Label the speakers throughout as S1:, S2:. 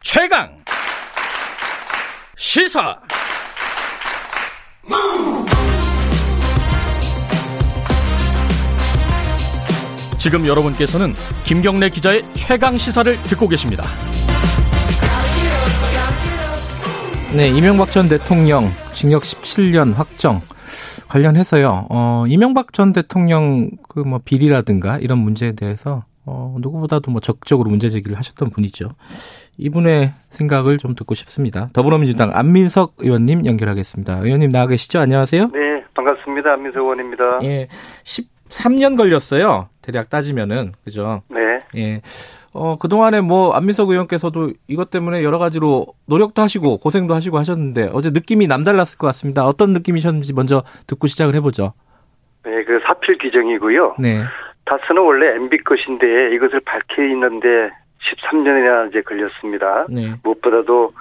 S1: 최강 시사 지금 여러분께서는 김경래 기자의 최강 시사를 듣고 계십니다.
S2: 네, 이명박 전 대통령 징역 17년 확정 관련해서요. 어, 이명박 전 대통령 그 뭐 비리라든가 이런 문제에 대해서 어, 누구보다도 뭐 적극적으로 문제 제기를 하셨던 분이죠. 이분의 생각을 좀 듣고 싶습니다. 더불어민주당 안민석 의원님 연결하겠습니다. 의원님 나와 계시죠? 안녕하세요.
S3: 네, 반갑습니다. 안민석 의원입니다.
S2: 예. 13년 걸렸어요. 대략 따지면은. 그죠?
S3: 네,
S2: 예. 어, 그동안에 뭐, 안민석 의원께서도 이것 때문에 여러 가지로 노력도 하시고, 고생도 하시고 하셨는데, 어제 느낌이 남달랐을 것 같습니다. 어떤 느낌이셨는지 먼저 듣고 시작을 해보죠.
S3: 네, 그 사필 규정이고요.
S2: 네.
S3: 다스는 원래 MB 것인데 이것을 밝혀있는데 13년이나 이제 걸렸습니다.
S2: 네.
S3: 무엇보다도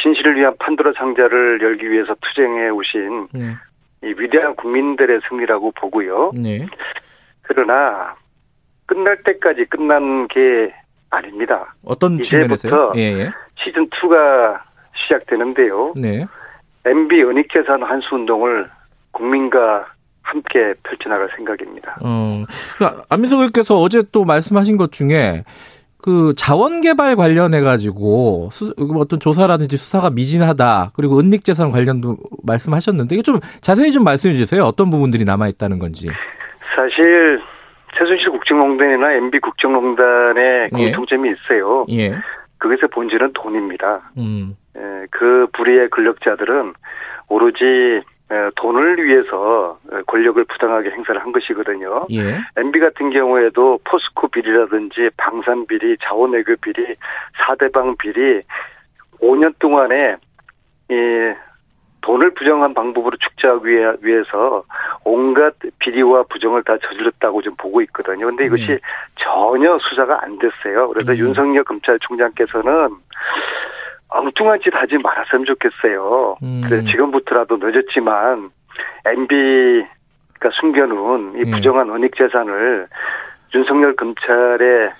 S3: 진실을 위한 판도라 상자를 열기 위해서 투쟁해 오신
S2: 네.
S3: 이 위대한 국민들의 승리라고 보고요.
S2: 네.
S3: 그러나 끝날 때까지 끝난 게 아닙니다.
S2: 어떤 측면에서요?
S3: 이제부터
S2: 예, 예.
S3: 시즌 2가 시작되는데요.
S2: 네.
S3: MB 은익재산 환수 운동을 국민과 함께 펼쳐나갈 생각입니다.
S2: 어, 그러니까 안민석 의원께서 어제 또 말씀하신 것 중에, 그 자원 개발 관련해 가지고 어떤 조사라든지 수사가 미진하다 그리고 은닉 재산 관련도 말씀하셨는데 이게 좀 자세히 좀 말씀해 주세요 어떤 부분들이 남아 있다는 건지
S3: 사실 최순실 국정농단이나 MB
S2: 예.
S3: 국정농단의 공통점이 있어요.
S2: 예
S3: 그것의 본질은 돈입니다.
S2: 음,
S3: 에, 그 불의의 권력자들은 오로지 에, 돈을 위해서 에, 권력을 부당하게 행사를 한 것이거든요.
S2: 예.
S3: MB 같은 경우에도 포스코 비리라든지 방산 비리, 자원외교 비리, 사대방 비리 5년 동안에 이 돈을 부정한 방법으로 축제하기 위해- 위해서 온갖 비리와 부정을 다 저질렀다고 지금 보고 있거든요. 근데 이것이
S2: 네.
S3: 전혀 수사가 안 됐어요. 그래서
S2: 음.
S3: 윤석열 검찰총장께서는 엉뚱한 짓 하지 말았으면 좋겠어요.
S2: 음.
S3: 그래 지금부터라도 늦었지만 MB가 숨겨놓은 이
S2: 예.
S3: 부정한 은닉 재산을 윤석열 검찰의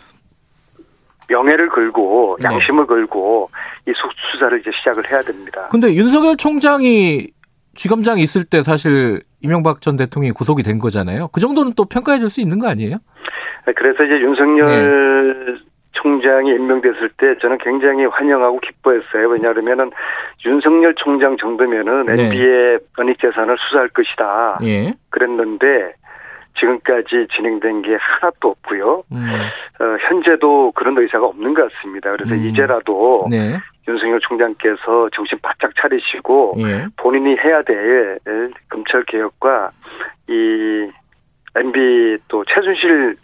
S3: 명예를 걸고
S2: 네.
S3: 양심을 걸고 이 수- 수사를 이제 시작을 해야 됩니다.
S2: 근데 윤석열 총장이 쥐검장이 있을 때 사실 이명박 전 대통령이 구속이 된 거잖아요. 그 정도는 또 평가해 줄 수 있는 거 아니에요?
S3: 그래서 이제
S2: 네.
S3: 윤석열 총장이 임명됐을 때 저는 굉장히 환영하고 기뻐했어요. 왜냐하면은 윤석열 총장 정도면은
S2: 네.
S3: MB의 은닉 재산을 수사할 것이다.
S2: 예.
S3: 그랬는데 지금까지 진행된 게 하나도 없고요.
S2: 음,
S3: 어, 현재도 그런 의사가 없는 것 같습니다. 그래서
S2: 음.
S3: 이제라도
S2: 네.
S3: 윤석열 총장께서 정신 바짝 차리시고
S2: 예.
S3: 본인이 해야 될 검찰 개혁과 이 MB 또 최순실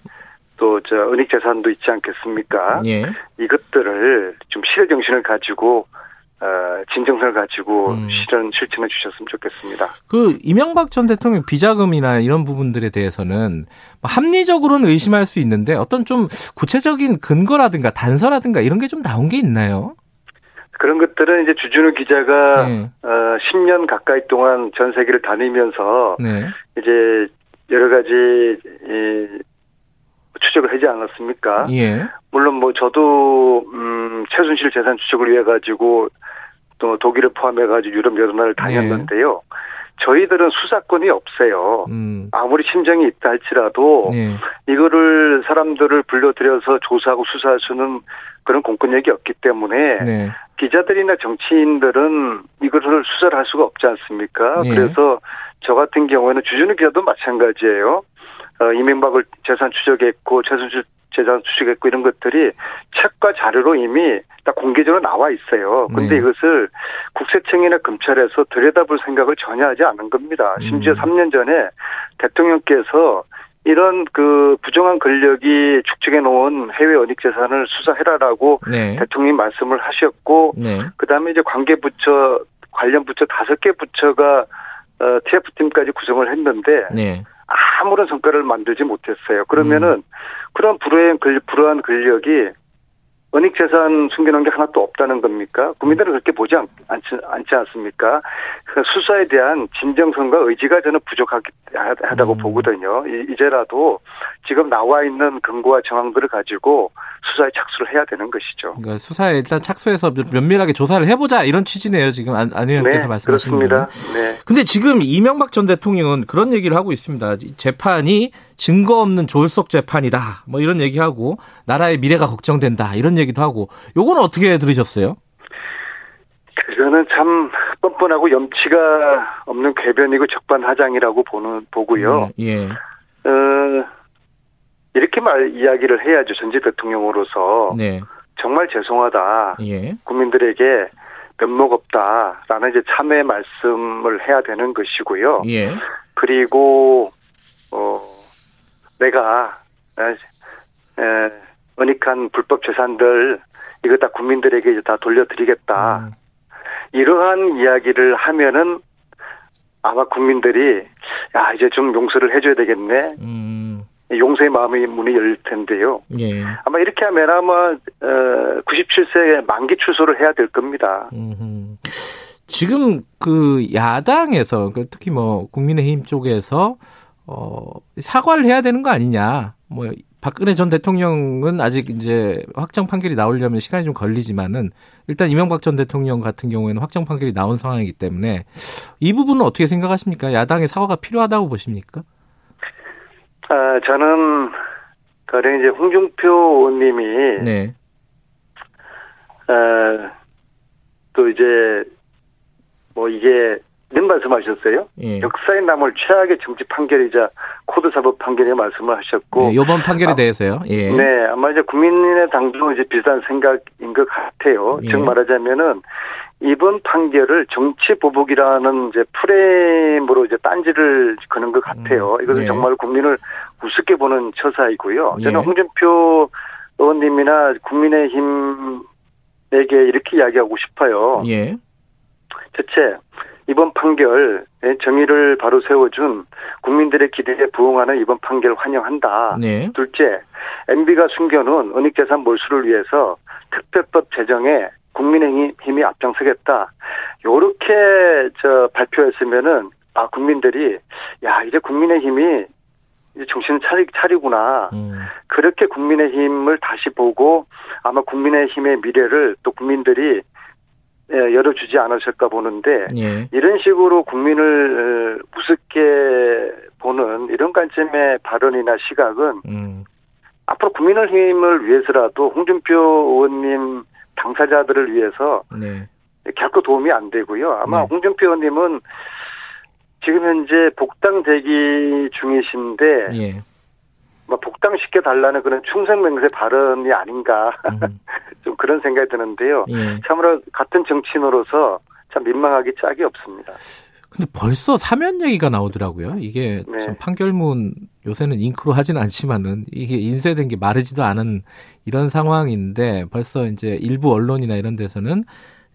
S3: 또 저 은닉 재산도 있지 않겠습니까?
S2: 예.
S3: 이것들을 좀 실의 정신을 가지고 어, 진정성을 가지고
S2: 음.
S3: 실현 실천해 주셨으면 좋겠습니다.
S2: 그 이명박 전 대통령 비자금이나 이런 부분들에 대해서는 뭐 합리적으로는 의심할 수 있는데 어떤 좀 구체적인 근거라든가 단서라든가 이런 게 좀 나온 게 있나요?
S3: 그런 것들은 이제 주준우 기자가
S2: 네.
S3: 어, 10년 가까이 동안 전 세계를 다니면서
S2: 네.
S3: 이제 여러 가지 이, 추적을 하지 않았습니까?
S2: 예.
S3: 물론 뭐 저도 음, 최순실 재산 추적을 위해 가지고 또 독일을 포함해 가지고 유럽 여러 나라를
S2: 예.
S3: 다녔는데요. 저희들은 수사권이 없어요.
S2: 음.
S3: 아무리 심정이 있다 할지라도
S2: 네.
S3: 이거를 사람들을 불러들여서 조사하고 수사할 수는 그런 공권력이 없기 때문에
S2: 네.
S3: 기자들이나 정치인들은 이것을 수사를 할 수가 없지 않습니까?
S2: 예.
S3: 그래서 저 같은 경우에는 주준우 기자도 마찬가지예요. 어, 이명박을 재산 추적했고 최순실 재산 추적했고 이런 것들이 책과 자료로 이미 다 공개적으로 나와 있어요. 근데
S2: 네.
S3: 이것을 국세청이나 검찰에서 들여다볼 생각을 전혀 하지 않은 겁니다. 심지어
S2: 음.
S3: 3년 전에 대통령께서 이런 그 부정한 권력이 축적해 놓은 해외 은닉 재산을 수사해라라고
S2: 네.
S3: 대통령이 말씀을 하셨고
S2: 네.
S3: 그다음에 이제 관계 부처 관련 부처 다섯 개 부처가 어, TF팀까지 구성을 했는데
S2: 네.
S3: 아무런 성과를 만들지 못했어요. 그러면은
S2: 음.
S3: 그런 불우한 권 불우한 권력이 은닉 재산 숨겨놓은 게 하나도 없다는 겁니까? 국민들은 그렇게 보지 않, 않지, 않지 않습니까? 그 수사에 대한 진정성과 의지가 저는 부족하다고
S2: 음.
S3: 보거든요. 이- 이제라도 지금 나와 있는 근거와 정황들을 가지고 수사에 착수를 해야 되는 것이죠.
S2: 그러니까 수사에 일단 착수해서 면- 면밀하게 조사를 해보자 이런 취지네요. 지금 안, 안 의원께서
S3: 네,
S2: 말씀하신
S3: 그렇습니다.
S2: 거는.
S3: 네.
S2: 근데 지금 이명박 전 대통령은 그런 얘기를 하고 있습니다. 이 재판이 증거 없는 졸속 재판이다. 뭐 이런 얘기하고 나라의 미래가 걱정된다. 이런 얘기도 하고 요건 어떻게 들으셨어요?
S3: 그거는 참 뻔뻔하고 염치가 없는 궤변이고 적반하장이라고 보는 보고요.
S2: 음, 예.
S3: 어, 이렇게 말 이야기를 해야죠. 전직 대통령으로서
S2: 네.
S3: 정말 죄송하다.
S2: 예.
S3: 국민들에게 면목 없다라는 이제 참회 말씀을 해야 되는 것이고요.
S2: 예.
S3: 그리고 어 내가 에, 에, 은닉한 불법 재산들 이거 다 국민들에게 이제 다 돌려드리겠다.
S2: 음,
S3: 이러한 이야기를 하면은 아마 국민들이 야 이제 좀 용서를 해줘야 되겠네
S2: 음.
S3: 용서의 마음의 문이 열릴 텐데요.
S2: 예.
S3: 아마 이렇게 하면 아마 어, 97세에 만기 출소를 해야 될 겁니다.
S2: 음흠. 지금 그 야당에서 그 특히 뭐 국민의힘 쪽에서 어 사과를 해야 되는 거 아니냐. 뭐 박근혜 전 대통령은 아직 이제 확정 판결이 나오려면 시간이 좀 걸리지만은 일단 이명박 전 대통령 같은 경우에는 확정 판결이 나온 상황이기 때문에 이 부분은 어떻게 생각하십니까? 야당의 사과가 필요하다고 보십니까?
S3: 아, 저는 가령 이제 홍준표 의원님이
S2: 네.
S3: 어, 또 이제 뭐 이게 는 말씀하셨어요.
S2: 예.
S3: 역사에 남을 최악의 정치 판결이자 코드 사법 판결의 말씀을 하셨고
S2: 네, 요번 판결에
S3: 아,
S2: 대해서요. 예.
S3: 네, 아마 이제 국민의당도 이제 비슷한 생각인 것 같아요.
S2: 예.
S3: 즉 말하자면은 이번 판결을 정치 보복이라는 이제 프레임으로 이제 딴지를 거는 것 같아요.
S2: 음,
S3: 이것은
S2: 예.
S3: 정말 국민을 우습게 보는 처사이고요.
S2: 예.
S3: 저는 홍준표 의원님이나 국민의힘에게 이렇게 이야기하고 싶어요.
S2: 예.
S3: 첫째, 이번 판결 정의를 바로 세워준 국민들의 기대에 부응하는 이번 판결 환영한다.
S2: 네.
S3: 둘째, MB가 숨겨놓은 은닉재산 몰수를 위해서 특별법 제정에 국민의힘이 앞장서겠다. 요렇게 저 발표했으면은 아 국민들이 야 이제 국민의힘이 이제 정신을 차리, 차리구나.
S2: 음.
S3: 그렇게 국민의힘을 다시 보고 아마 국민의힘의 미래를 또 국민들이 예, 열어주지 않으실까 보는데
S2: 예.
S3: 이런 식으로 국민을 어, 우습게 보는 이런 관점의 발언이나 시각은
S2: 음.
S3: 앞으로 국민의힘을 위해서라도 홍준표 의원님 당사자들을 위해서
S2: 네.
S3: 결코 도움이 안 되고요. 아마
S2: 네.
S3: 홍준표 의원님은 지금 현재 복당 대기 중이신데
S2: 예.
S3: 아마 복당 시켜 달라는 그런 충성맹세 발언이 아닌가
S2: 음.
S3: 좀 그런 생각이 드는데요.
S2: 예.
S3: 참으로 같은 정치인으로서 참 민망하기 짝이 없습니다.
S2: 근데 벌써 사면 얘기가 나오더라고요. 이게
S3: 네.
S2: 참 판결문 요새는 잉크로 하진 않지만은 이게 인쇄된 게 마르지도 않은 이런 상황인데 벌써 이제 일부 언론이나 이런 데서는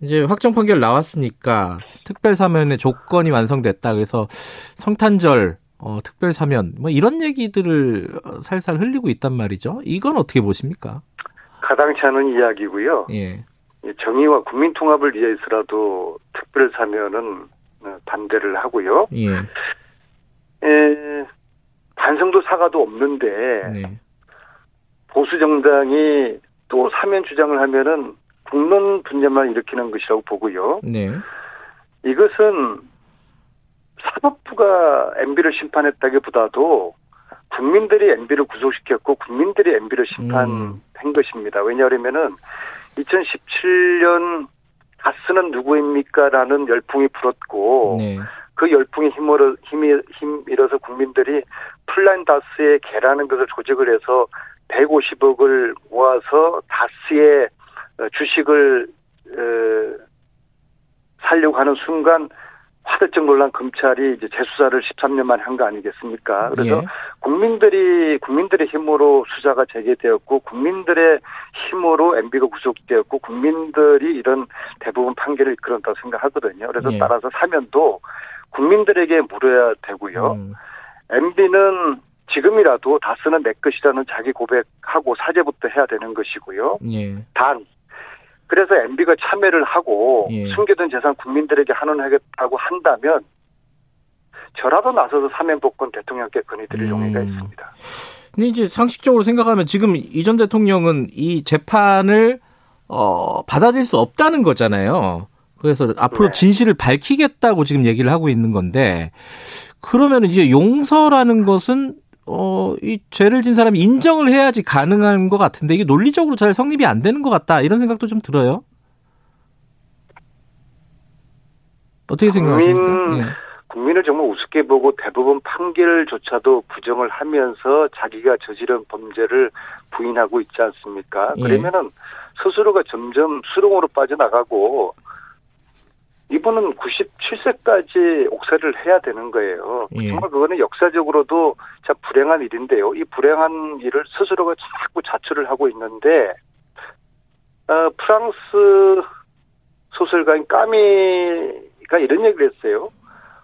S2: 이제 확정 판결 나왔으니까 특별 사면의 조건이 완성됐다. 그래서 성탄절 어, 특별 사면 뭐 이런 얘기들을 어, 살살 흘리고 있단 말이죠. 이건 어떻게 보십니까?
S3: 가당치 않은 이야기고요.
S2: 예.
S3: 정의와 국민 통합을 위해서라도 특별 사면은 어, 반대를 하고요.
S2: 예.
S3: 에, 반성도 사과도 없는데
S2: 네.
S3: 보수 정당이 또 사면 주장을 하면은 국론 분열만 일으키는 것이라고 보고요.
S2: 네.
S3: 이것은 사법부가 MB를 심판했다기보다도 국민들이 MB를 구속시켰고 국민들이 MB를 심판한
S2: 음.
S3: 것입니다. 왜냐하면은 2017년 가스는 누구입니까라는 열풍이 불었고
S2: 네.
S3: 그 열풍에 힘을 힘이 힘이어서 국민들이 플란다스의 개라는 것을 조직을 해서 150억을 모아서 다스의 어, 주식을 어, 살려고 하는 순간 화들짝 놀란 검찰이 이제 재수사를 13년 만에 한 거 아니겠습니까? 그래서
S2: 예.
S3: 국민들이 국민들의 힘으로 수사가 재개되었고 국민들의 힘으로 MB가 구속되었고 국민들이 이런 대부분 판결을 이끌었다 고 생각하거든요. 그래서
S2: 예.
S3: 따라서 사면도 국민들에게 물어야 되고요.
S2: 음,
S3: MB는 지금이라도 다스는 내 것이라는 자기 고백하고 사죄부터 해야 되는 것이고요.
S2: 예.
S3: 단 그래서 MB가 참여를 하고
S2: 예.
S3: 숨겨둔 재산 국민들에게 환원하겠다고 한다면 저라도 나서서 사면복권 대통령께 건의드릴
S2: 음.
S3: 용의가 있습니다.
S2: 근데 이제 상식적으로 생각하면 지금 이 전 대통령은 이 재판을 어, 받아들일 수 없다는 거잖아요. 그래서 앞으로
S3: 네.
S2: 진실을 밝히겠다고 지금 얘기를 하고 있는 건데 그러면 이제 용서라는 것은 어, 이 죄를 진 사람이 인정을 해야지 가능한 것 같은데 이게 논리적으로 잘 성립이 안 되는 것 같다 이런 생각도 좀 들어요. 어떻게 생각하십니까?
S3: 국민-
S2: 예.
S3: 국민을 정말 우습게 보고 대부분 판결조차도 부정을 하면서 자기가 저지른 범죄를 부인하고 있지 않습니까?
S2: 예.
S3: 그러면은 스스로가 점점 수렁으로 빠져나가고 이분은 97세까지 옥살이를 해야 되는 거예요.
S2: 예.
S3: 정말 그거는 역사적으로도 참 불행한 일인데요. 이 불행한 일을 스스로가 자꾸 자초를 하고 있는데 어, 프랑스 소설가인 까미가 이런 얘기를 했어요.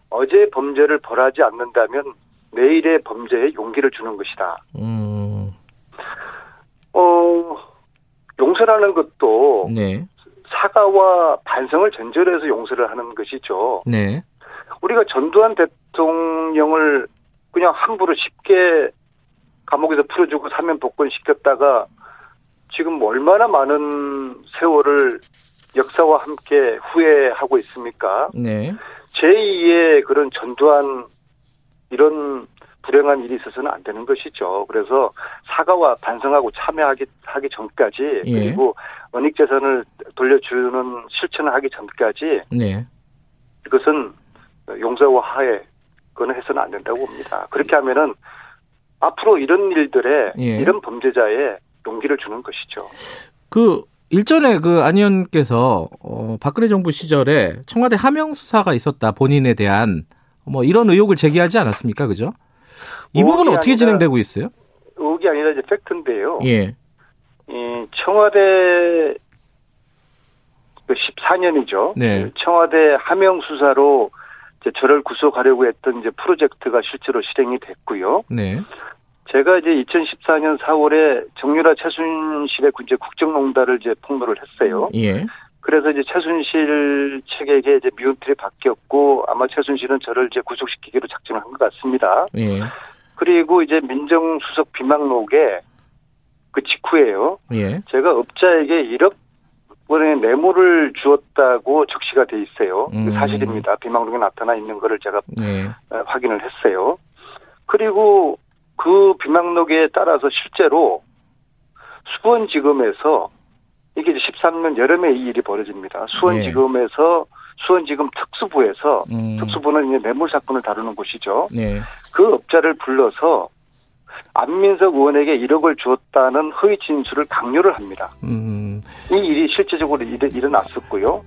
S3: 어제의 범죄를 벌하지 않는다면 내일의 범죄에 용기를 주는 것이다.
S2: 음,
S3: 어, 용서라는 것도
S2: 네,
S3: 사과와 반성을 전제로 해서 용서를 하는 것이죠.
S2: 네,
S3: 우리가 전두환 대통령을 그냥 함부로 쉽게 감옥에서 풀어주고 사면 복권 시켰다가 지금 얼마나 많은 세월을 역사와 함께 후회하고 있습니까?
S2: 네.
S3: 제2의 그런 전두환 이런 불행한 일이 있어서는 안 되는 것이죠. 그래서 사과와 반성하고 참여하기 하기 전까지
S2: 예.
S3: 그리고 원익 재산을 돌려주는 실천을 하기 전까지
S2: 네.
S3: 그것은 용서와 화해 그거는 해서는 안 된다고 봅니다. 그렇게 하면은 앞으로 이런 일들에
S2: 예.
S3: 이런 범죄자에 용기를 주는 것이죠.
S2: 그 일전에 그 안 의원께서 어 박근혜 정부 시절에 청와대 하명 수사가 있었다 본인에 대한 뭐 이런 의혹을 제기하지 않았습니까 그죠? 이 부분은
S3: 뭐 의혹이
S2: 어떻게
S3: 아니라-
S2: 진행되고 있어요?
S3: 의혹이 아니라 이제 팩트인데요.
S2: 예.
S3: 이 청와대 그 14년이죠. 그
S2: 네.
S3: 청와대 하명 수사로 이제 저를 구속하려고 했던 이제 프로젝트가 실제로 실행이 됐고요.
S2: 네.
S3: 제가 이제 2014년 4월에 정유라 최순실의 이제 국정농단을 이제 폭로를 했어요.
S2: 예.
S3: 그래서 이제 최순실 측에게 이제 미운 틀이 바뀌었고 아마 최순실은 저를 이제 구속시키기로 작정한 것 같습니다.
S2: 예.
S3: 그리고 이제 민정수석 비망록에 그 직후에요.
S2: 예.
S3: 제가 업자에게 1억 원의 뇌물을 주었다고 적시가 돼 있어요. 그
S2: 음.
S3: 사실입니다. 비망록에 나타나 있는 거를 제가
S2: 예.
S3: 어, 확인을 했어요. 그리고 그 비망록에 따라서 실제로 수원지검에서 이게 이제 13년 여름에 이 일이 벌어집니다. 수원지검에서 수원지검 특수부에서
S2: 예. 음.
S3: 특수부는 이제 뇌물 사건을 다루는 곳이죠.
S2: 네.
S3: 그 업자를 불러서 안민석 의원에게 1억을 주었다는 허위 진술을 강요를 합니다.
S2: 음.
S3: 이 일이 실제적으로 일, 일어났었고요.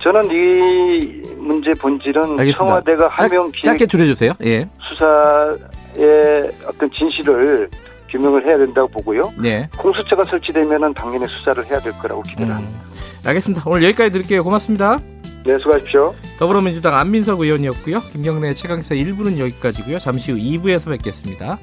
S3: 저는 이 문제 본질은
S2: 알겠습니다.
S3: 청와대가 하명 기획
S2: 짧게 줄여 주세요. 예.
S3: 수사의 어떤 진실을 규명을 해야 된다고 보고요.
S2: 네.
S3: 공수처가 설치되면 당연히 수사를 해야 될 거라고 기대를 합니다.
S2: 음. 알겠습니다. 오늘 여기까지 드릴게요. 고맙습니다.
S3: 네, 수고하십시오.
S2: 더불어민주당 안민석 의원이었고요. 김경래 최강사 1부는 여기까지고요. 잠시 후 2부에서 뵙겠습니다.